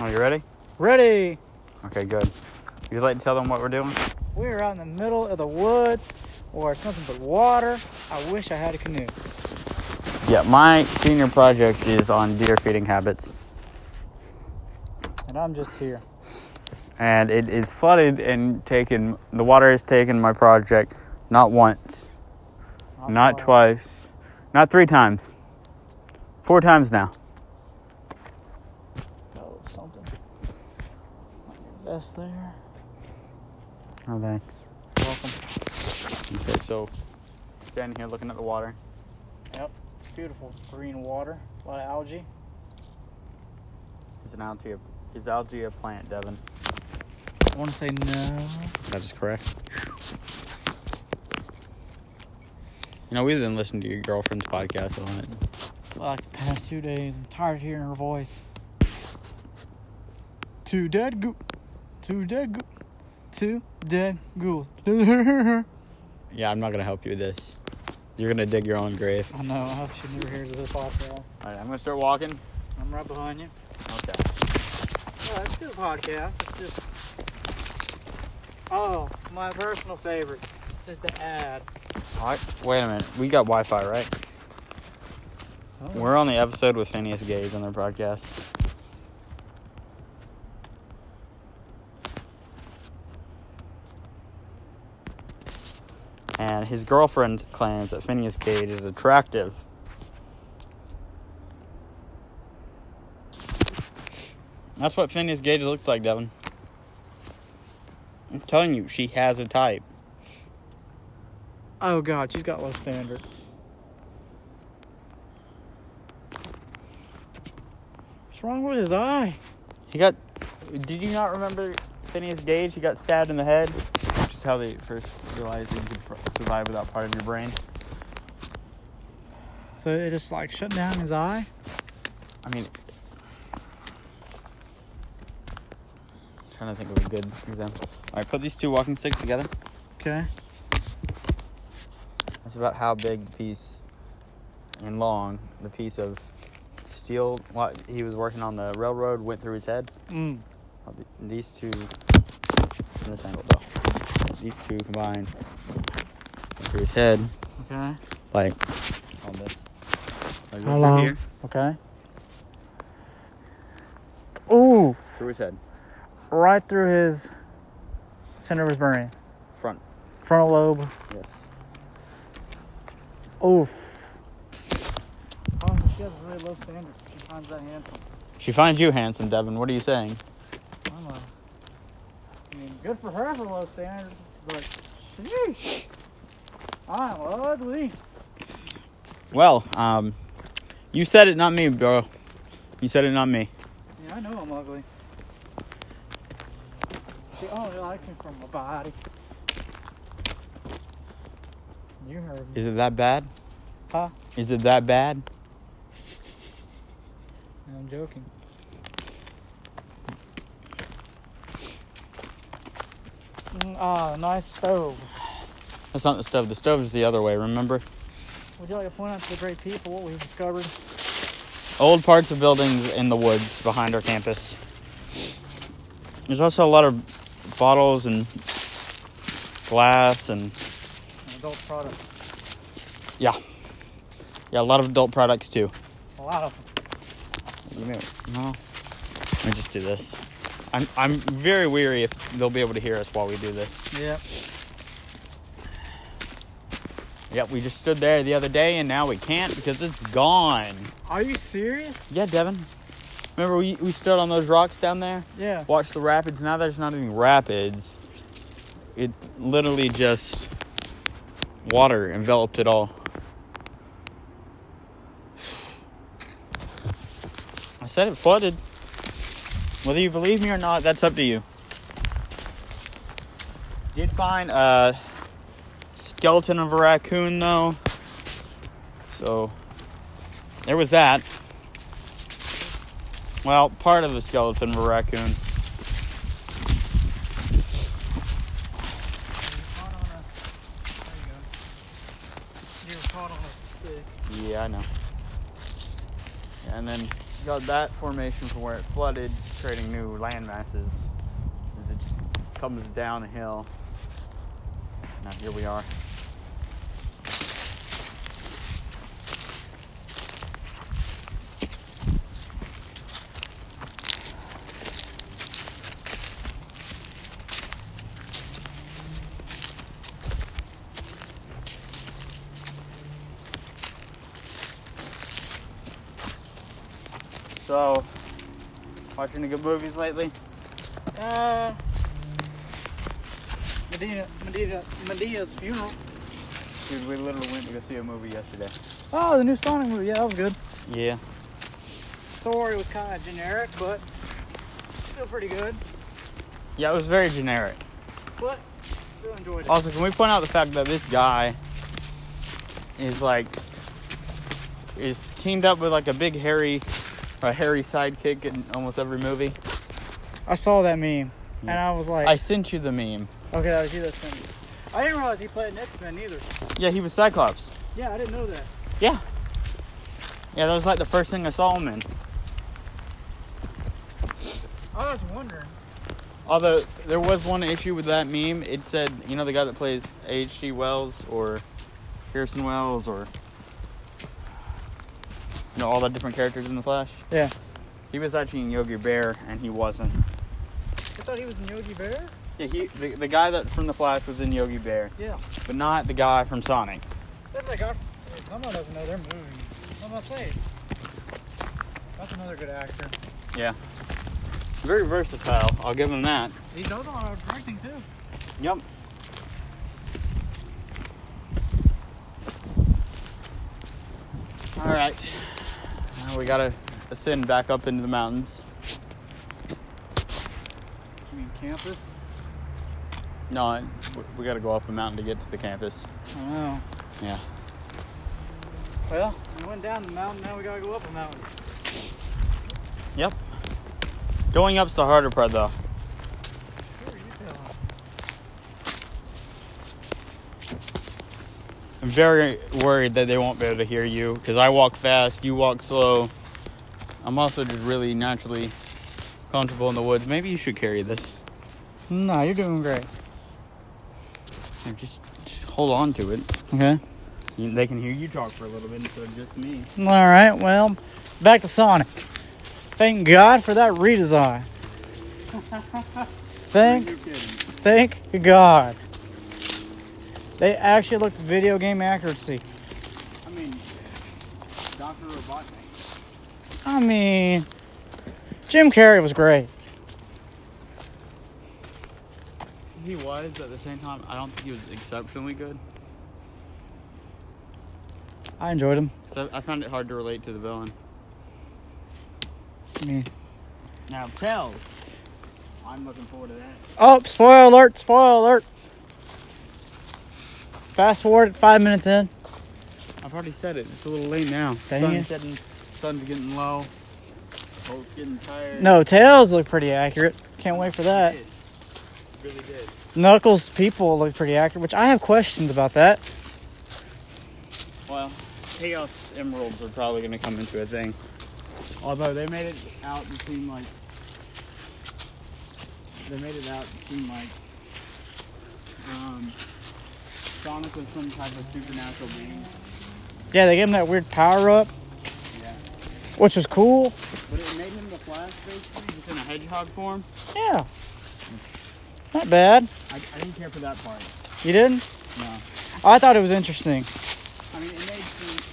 Are you ready? Ready. Okay, good. You'd like to tell them what we're doing? We're out in the middle of the woods where it's nothing but water. I wish I had a canoe. Yeah, my senior project is on deer feeding habits, And I'm just here. and it is flooded and taken. The water has taken my project not once, I'm not sorry. twice, not three times, four times now. Oh, something. That's there. Oh, thanks. Welcome. Okay, so standing here looking at the water. Yep. It's beautiful green water. A lot of algae. Is an algae? A, is algae a plant, Devin? I want to say no. That is correct. You know, we've been listening to your girlfriend's podcast on it. For like the past two days, I'm tired of hearing her voice. Two dead goo. Two dead goo. Two dead ghouls. I Yeah, I'm not gonna help you with this. You're gonna dig your own grave. know. I hope she never hears this podcast. All right, I'm gonna start walking. I'm right behind you. Okay. Oh, it's a good podcast. It's just. Oh, my personal favorite is the ad. All right. Wait a minute. We got Wi-Fi, right? Oh. We're on the episode with Phineas Gage on their podcast. And his girlfriend claims that Phineas Gage is attractive. That's what Phineas Gage looks like, Devin. I'm telling you, she has a type. Oh God, she's got low standards. What's wrong with his eye? He got. Did you not remember Phineas Gage? He got stabbed in the head, which is how they first realized that you could pr- survive without part of your brain. So it just like shut down his eye. I mean, trying to think of a good example. All right, put these two walking sticks together. Okay. That's about how big the piece and long the piece of steel what he was working on the railroad went through his head. Mm. Oh, th- These two in this angle though. These two combined went through his head. Okay. like on this. Like How long? Okay. Ooh, Through his head. right through his center of his brain, Front. frontal lobe. Yes. Oof. Oh, she has really low standards. She finds that handsome. She finds you handsome, Devin. What are you saying? I'm a, I mean, good for her for low standards, but sheesh, I'm ugly. Well, um, you said it, not me, bro. You said it, not me. Yeah, I know I'm ugly. She only likes me for my body. You heard me. Is it that bad? Huh? Is it that bad? I'm joking. Mm, Ah, nice stove. That's not the stove. The stove is the other way. Remember, Would you like to point out to the great people what we've discovered? old parts of buildings in the woods behind our campus. There's also a lot of bottles and glass and Adult products. yeah, yeah, a lot of adult products too. A lot of them. You know, no. Let me just do this. I'm I'm very weary if they'll be able to hear us while we do this. Yep. Yep, we just stood there the other day and now we can't because it's gone. Are you serious? Yeah, Devin. Remember we, we stood on those rocks down there? Yeah. Watched the rapids. Now there's not any rapids. It literally just water enveloped it all. I said it flooded. Whether you believe me or not, that's up to you. Did find a skeleton of a raccoon though. So there was that. Well, part of the skeleton of a raccoon. caught on a. There you go. You were caught on a stick. Yeah, I know. And then got that formation from where it flooded, creating new land masses. As it comes down a hill. Now here we are. So, watching any good movies lately? Uh, Medina, Medina, Medea's funeral. Dude, we literally went to go see a movie yesterday. Oh, the new Sonic movie. Yeah, that was good. Yeah. Story was kind of generic, but still pretty good. Yeah, it was very generic. But still enjoyed it. Also, can we point out the fact that this guy is like is teamed up with like a big hairy, a hairy sidekick in almost every movie? I saw that meme, and Yeah. I was like, I sent you the meme. okay, that was you that sent me. I didn't realize he played an X-Men either. Yeah, he was Cyclops. Yeah, I didn't know that. Yeah. Yeah, that was like the first thing I saw him in. Oh, I was wondering. Although there was one issue with that meme. It said, you know, the guy that plays H.G. Wells or Harrison Wells or you know all the different characters in the Flash. Yeah. He was actually in Yogi Bear, and he wasn't. I thought he was in Yogi Bear. Yeah, he the, the guy that from the Flash was in Yogi Bear, Yeah. but not the guy from Sonic. That's like our, someone doesn't know their movie. What am I saying? That's another good actor. Yeah. Very versatile. I'll give him that. He knows a lot of directing too. Yep. All right. Now we gotta ascend back up into the mountains. You mean campus? No, I- we- we gotta go up the mountain to get to the campus. I don't know. Yeah. Well, we went down the mountain. Now we gotta go up a mountain. Yep. Going up's the harder part, though. Who are you telling? I'm very worried that they won't be able to hear you because I walk fast, you walk slow. I'm also just really naturally comfortable in the woods. Maybe you should carry this. No, you're doing great. Here, Just, just hold on to it. Okay. You- They can hear you talk for a little bit instead of just me. All right. Well, back to Sonic. Thank God for that redesign. Thank, thank God. They actually looked video game accuracy. I mean, Dr. Robotnik. I mean, Jim Carrey was great. He was, but at the same time, I don't think he was exceptionally good. I enjoyed him. So I found it hard to relate to the villain. I mean, Now, tell. I'm looking forward to that. oh, spoiler alert! Spoiler alert! Fast forward five minutes in. I've already said it. It's a little late now. Dang sun's it. setting, sun's getting low. Colt's getting tired. No, tails look pretty accurate. Can't wait for that. It really did. Knuckles people look pretty accurate, which I have questions about that. Well, Chaos Emeralds are probably going to come into a thing. Although they made it out and seem like they made it out and seem like um, Sonic was some type of supernatural being. Yeah, they gave him that weird power up, Yeah. which was cool. But it made him the Flash basically, just in a hedgehog form. Yeah, not bad. I, I didn't care for that part. You didn't? No. I thought it was interesting. I mean, it made sense,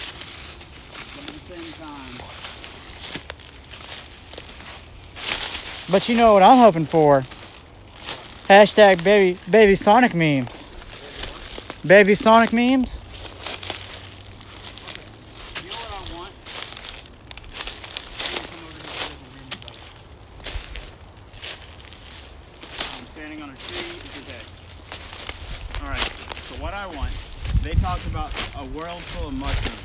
but at the same time, But you know what I'm hoping for? Hashtag baby baby Sonic memes. Baby Sonic memes. you know what I want? I'm standing on a tree. It's okay. All right. So what I want, they talked about a world full of mushrooms.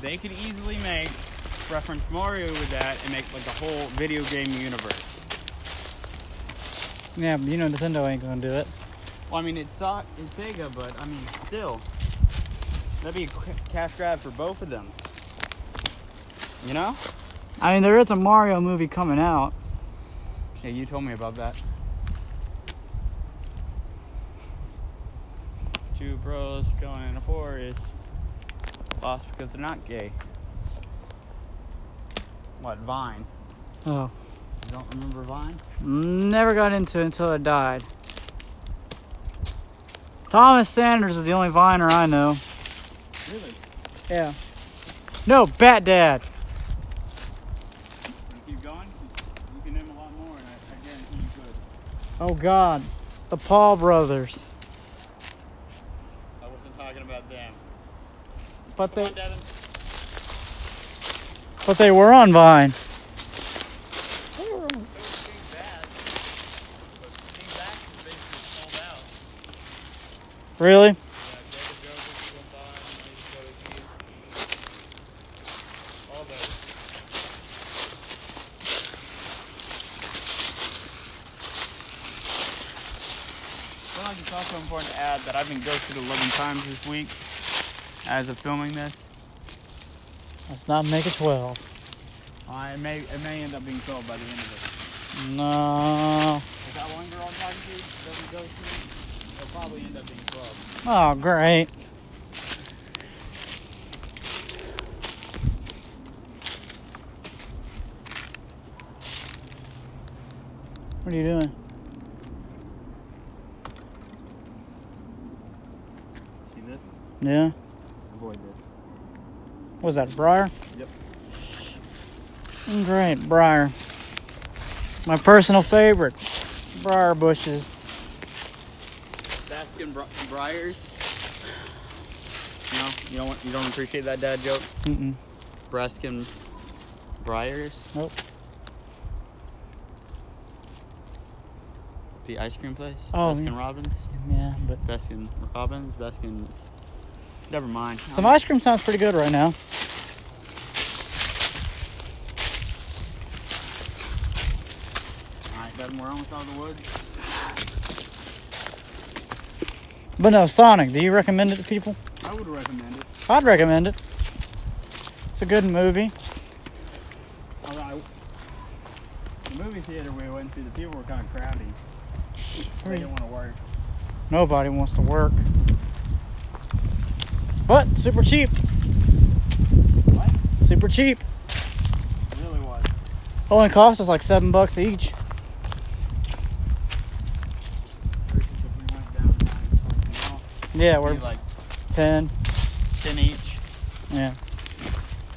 They could easily make reference Mario with that and make like a whole video game universe. Yeah, but you know Nintendo ain't gonna do it. Well, I mean, it's, so- it's Sega, but I mean, still. That'd be a ca- cash grab for both of them. You know? I mean, there is a Mario movie coming out. Yeah, you told me about that. Two bros going in a forest, lost because they're not gay. What, Vine? Oh, You don't remember Vine? never got into it until I died. Thomas Sanders is the only viner I know. Really? Yeah. No, Bat Dad. Keep going. You can name a lot more, and I, I guarantee you could. Oh God, the Paul brothers. I wasn't talking about them. But Come they, on, Devin. but they were on Vine. It was Big Bass, but Big Bass was basically sold out. Really? Yeah, Jacob Joseph went by, Mike Joseph, all those. Well, I think it's also important to add that I've been ghosted 11 times this week as of filming this. Let's not make it twelve. I may, Uh, it may end up being 12 by the end of it. No. If that one girl I'm talking to doesn't go through, it'll probably end up being 12. Oh great. What are you doing? See this? Yeah. Avoid this. Was that Briar? Mm, Yep. Great, Briar. My personal favorite. Briar bushes. Baskin Bri- Briars. No, you don't want, you don't appreciate that dad joke. Mm-mm. Baskin Briars, Nope. the ice cream place. Oh, Baskin yeah. Robbins. Yeah, but Baskin Robbins. Baskin. Never mind. some ice cream sounds pretty good right now. All right, Devin, we're almost out of the woods. But no, Sonic. Do you recommend it to people? I would recommend it. I'd recommend it. It's a good movie. All right. The movie theater we went to, the people were kind of crowded. They didn't want to work. Nobody wants to work. But super cheap. What? Super cheap. It really was. Only cost us like seven bucks each. Versus if we went down and all, Yeah, it'd we're be like ten. ten each. Yeah.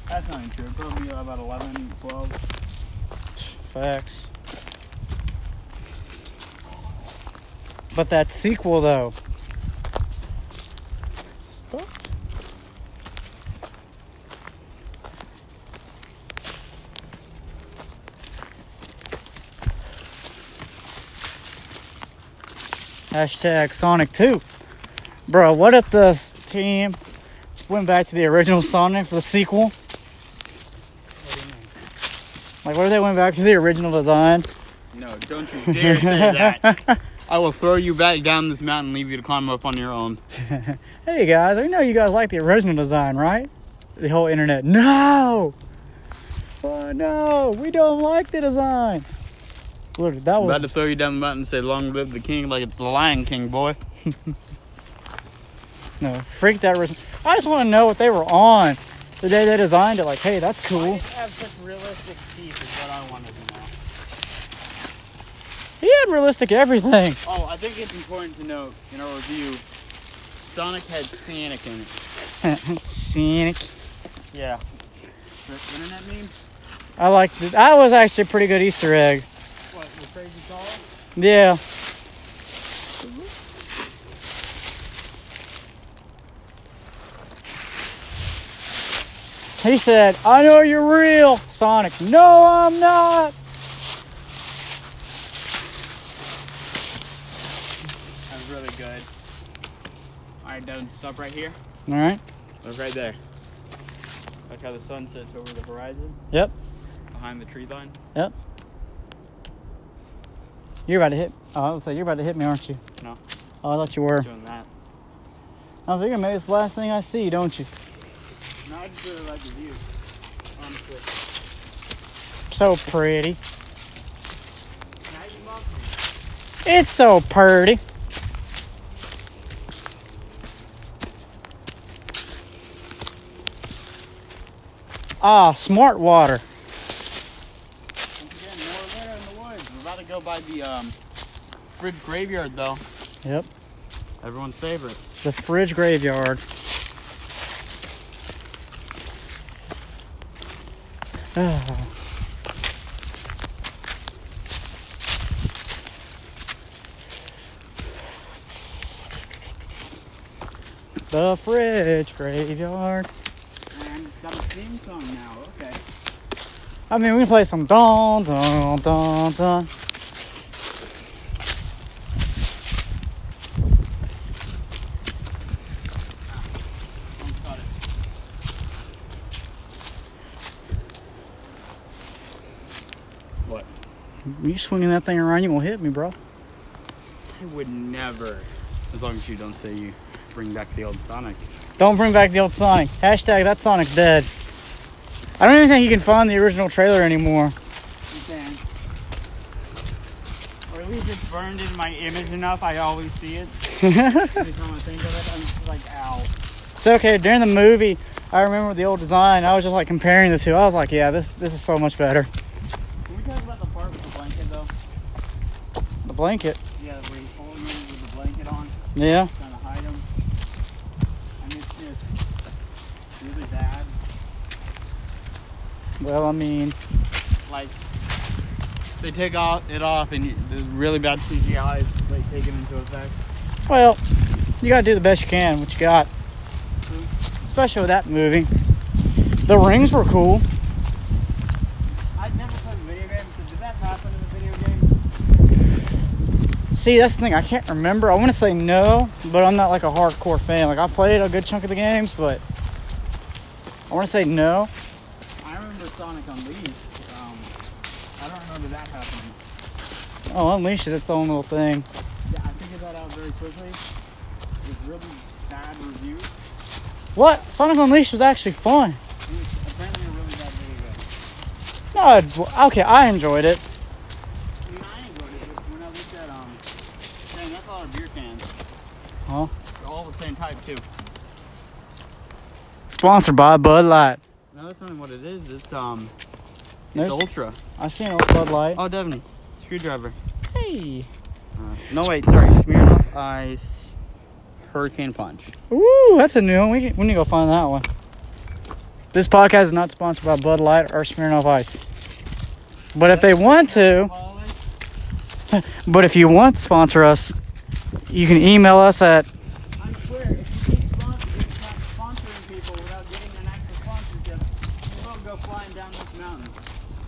That's not even true. It'll be about 11, 12. Facts. But that sequel though. Stop. Hashtag Sonic 2. Bro, what if the s- team went back to the original Sonic for the sequel? Like, what if they went back to the original design? No, don't you dare say that. I will throw you back down this mountain and leave you to climb up on your own. Hey guys, I know you guys like the original design, right? The whole internet. No! Oh no, we don't like the design. Look, that I'm was about to throw you down the mountain and say, Long live the king, like it's the Lion King, boy. no freak that original. I just want to know what they were on the day they designed it. Like, hey, that's cool. have such realistic teeth is what I wanted to know. He had realistic everything. Oh, I think it's important to note in our review, Sonic had Sonic in it. Scenic. Yeah. The internet meme? I like. That was actually a pretty good Easter egg. What, the crazy Sonic? Yeah. He said, I know you're real, Sonic. No, I'm not. That was really good. Alright, Devin, stop right here. All right. Look right there. Look how the sun sets over the horizon, Yep. behind the tree line. Yep. You're about to hit. Oh, I was like, you're about to hit me, aren't you? No. Oh, I thought you were. Doing that. I was thinking maybe it's the last thing I see, don't you? No, I just really like the view. All on the fish. So pretty. Now you love It's so pretty. Ah, smart water. me. Once again, more there in the woods. We're about to go by the um, Frid graveyard, though. Yep. Everyone's favorite. The fridge graveyard. Ah. The fridge graveyard. And it's got a theme song now. Okay. I mean, we can play some dun dun dun dun. I'm excited. What? You swinging that thing around, you gonna hit me, bro. I would never. As long as you don't say you bring back the old Sonic. Don't bring back the old Sonic. Hashtag that Sonic's dead. I don't even think you can find the original trailer anymore. Then. Or at least it's burned in my image enough. I always see it. it's Every time I think of it, I'm just like, ow. okay. During the movie, I remember the old design. I was just like comparing the two. I was like, yeah, this this is so much better. Can we talk about the part with the blanket though? The blanket. Yeah, where he's holding him with the blanket on, Yeah. trying to hide him. I mean, it's just really bad. Well, I mean, Like, they take off it off, and you, there's really bad CGI is like taken into effect. well, you gotta do the best you can. What you got, especially with that movie. The rings were cool. I never played video games, so did that happen in the video game? See, that's the thing. I can't remember. I want to say no, but I'm not like a hardcore fan. Like I played a good chunk of the games, but I want to say no. I remember Sonic Unleashed. Um, I don't remember that happening. Oh, Unleashed is its own little thing. Yeah, I figured that out very quickly. It's really bad review. What? Sonic Unleashed was actually fun. It was apparently a really bad video game. No, I'd- okay, I enjoyed it. I mean, I enjoyed it but when I looked at, um, dang, that's a lot of beer cans. Huh? They're all the same type, too. Sponsored by Bud Light. No, that's not what it is. It's, um, There's, Ultra. I seen old Bud Light. Oh, Devin, screwdriver. Hey. Uh, no, wait, sorry, Smirnoff Ice Hurricane Punch. Ooh, that's a new one. We, we need to go find that one. This podcast is not sponsored by Bud Light or Smirnoff Ice. But if they want to, but if you want to sponsor us, you can email us at I swear, if you keep sponsoring, you stop sponsoring people without getting an actual sponsorship, you will go flying down this mountain.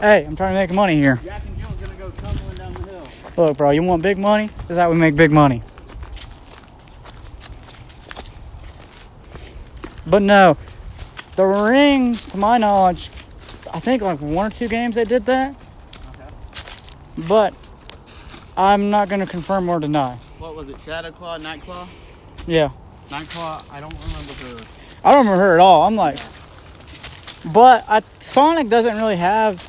hey, I'm trying to make money here. Jack and Jill's gonna go tumbling down the hill. Look, bro, you want big money? This is how we make big money. But no, the rings, to my knowledge, I think like one or two games they did that, Okay. but I'm not going to confirm or deny. What was it, Shadow Claw, Night Claw? Yeah, Night Claw, I don't remember her. I don't remember her at all. I'm like, but I, Sonic doesn't really have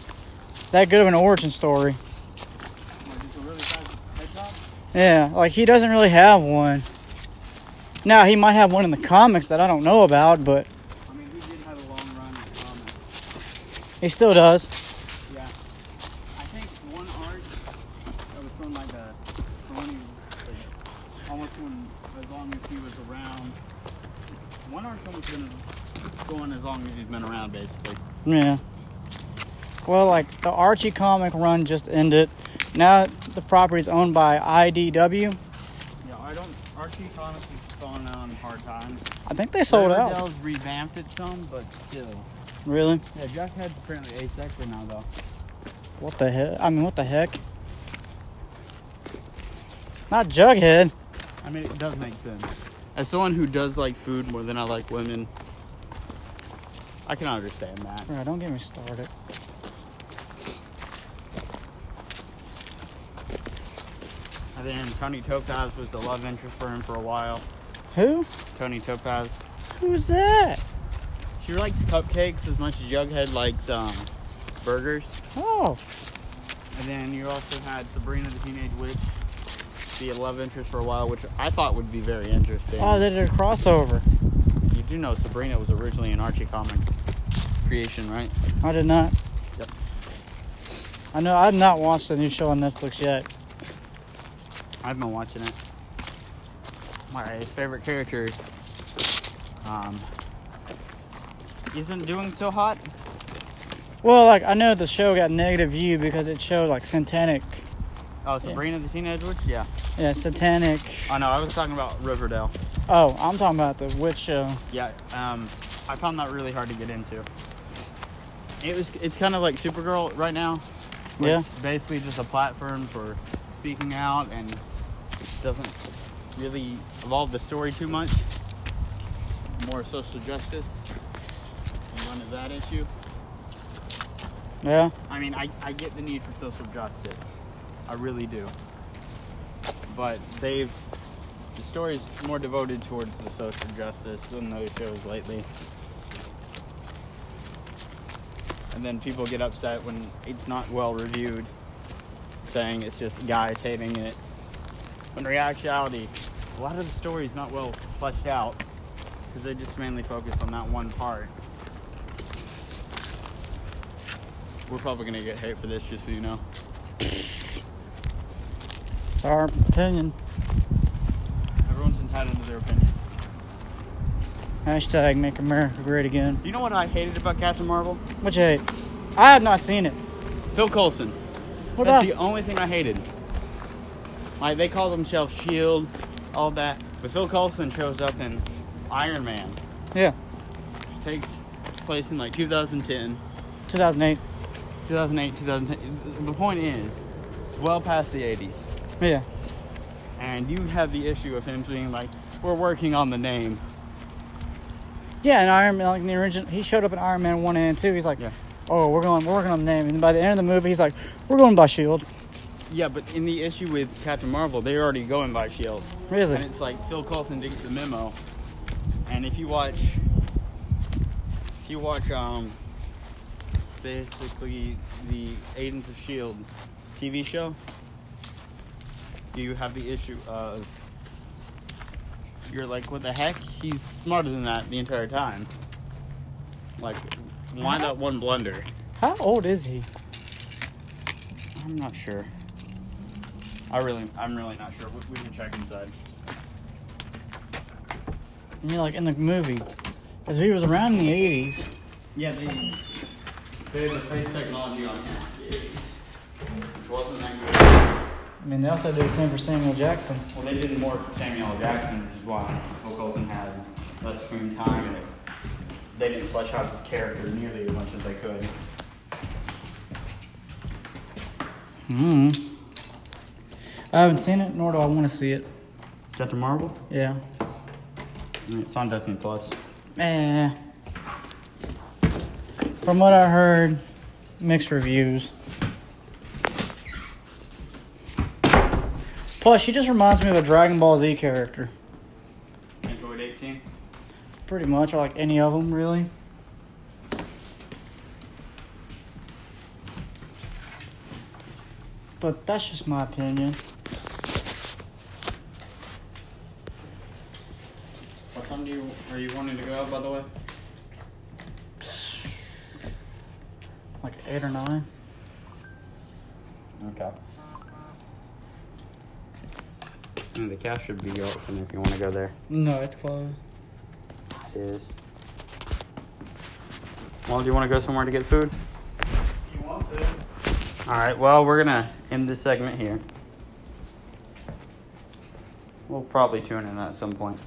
that good of an origin story. Like, it's a really fast hedgehog. Yeah, like he doesn't really have one. Now, he might have one in the comics that I don't know about, but I mean, he did have a long run um, in the comic. he still does. Yeah. I think one art that was from like a Sony, like, almost when, as long as he was around. One art's almost been going as long as he's been around, basically. Yeah. Well, like the Archie comic run just ended. Now the property's owned by IDW. Yeah, I don't. Archie Comics is falling on hard times. I think they sold out. Riverdale's revamped it some, but still. Really? Yeah, Jughead's apparently asexual now, though. What the heck? I mean, what the heck? Not Jughead. I mean, it does make sense. As someone who does like food more than I like women, I can understand that. Bro, don't get me started. And then Tony Topaz was the love interest for him for a while. Who? Tony Topaz, Who's that? She likes cupcakes as much as Jughead likes um, burgers. Oh, And then you also had Sabrina the Teenage Witch, the love interest for a while, which I thought would be very interesting. oh, they did a crossover. you do know Sabrina was originally an Archie Comics creation, right? I did not. Yep. I know. I've not watched the new show on Netflix yet. I've been watching it. My favorite character um, isn't doing so hot. Well, like I know the show got negative view because it showed like satanic, Oh, Sabrina the Teenage Witch? Yeah. yeah, satanic. Oh, no, I was talking about Riverdale. Oh, I'm talking about the witch show. Yeah, um, I found that really hard to get into. It was, it's kind of like Supergirl right now. where Yeah. it's Basically, just a platform for speaking out and doesn't really evolve the story too much. More social justice and run of that issue. Yeah. I mean, I, I get the need for social justice. I really do. But they've. The story's more devoted towards the social justice than those shows lately. And then people get upset when it's not well reviewed, saying it's just guys hating it. When in reality, a lot of the story's not well fleshed out because they just mainly focus on that one part. We're probably gonna get hate for this, just so you know. It's our opinion. Everyone's entitled to their opinion. Hashtag Make America Great Again. You know what I hated about Captain Marvel? What you hate? I have not seen it. Phil Coulson. What That's about? the only thing I hated. Like they call themselves Shield, E all that, but Phil Coulson shows up in Iron Man, Yeah, which takes place in like 2010, 2008. 2008, 2010. The point is, it's well past the 80s, Yeah. and you have the issue of him being like, "We're working on the name." Yeah, and Iron Man, like in the original, he showed up in Iron Man one and two. He's like, Yeah. "Oh, we're going, we're working on the name." And by the end of the movie, he's like, "We're going by Shield." Yeah, but in the issue with Captain Marvel, they're already going by Shield. Really? And it's like Phil Coulson didn't get the memo. And if you watch, if you watch, um, basically the Agents of Shield TV show, you have the issue of you're like, what the heck? He's smarter than that the entire time. Like, why that one blunder? How old is he? I'm not sure. I really, I'm really not sure. We, we can check inside. I mean, like in the movie, because he was around in the '80s. Yeah, they they had the face technology on him, which wasn't that I mean, they also did the same for Samuel Jackson. good. Well, they did more for Samuel L. Jackson, which is why Phil Coulson had less screen time, and they didn't flesh out his character nearly as much as they could. Hmm. I haven't seen it, nor do I want to see it. Captain Marvel? Yeah. It's on Disney Plus. Eh. From what I heard, mixed reviews. Plus, she just reminds me of a Dragon Ball Z character. Android 18. Pretty much, or like any of them, really. But that's just my opinion. What time do you are you wanting to go? By the way, Like eight or nine. okay. the cash should be open if you want to go there. No, it's closed. It is. Well, do you want to go somewhere to get food? You want to? All right. Well, we're gonna end this segment here. We'll probably tune in at some point.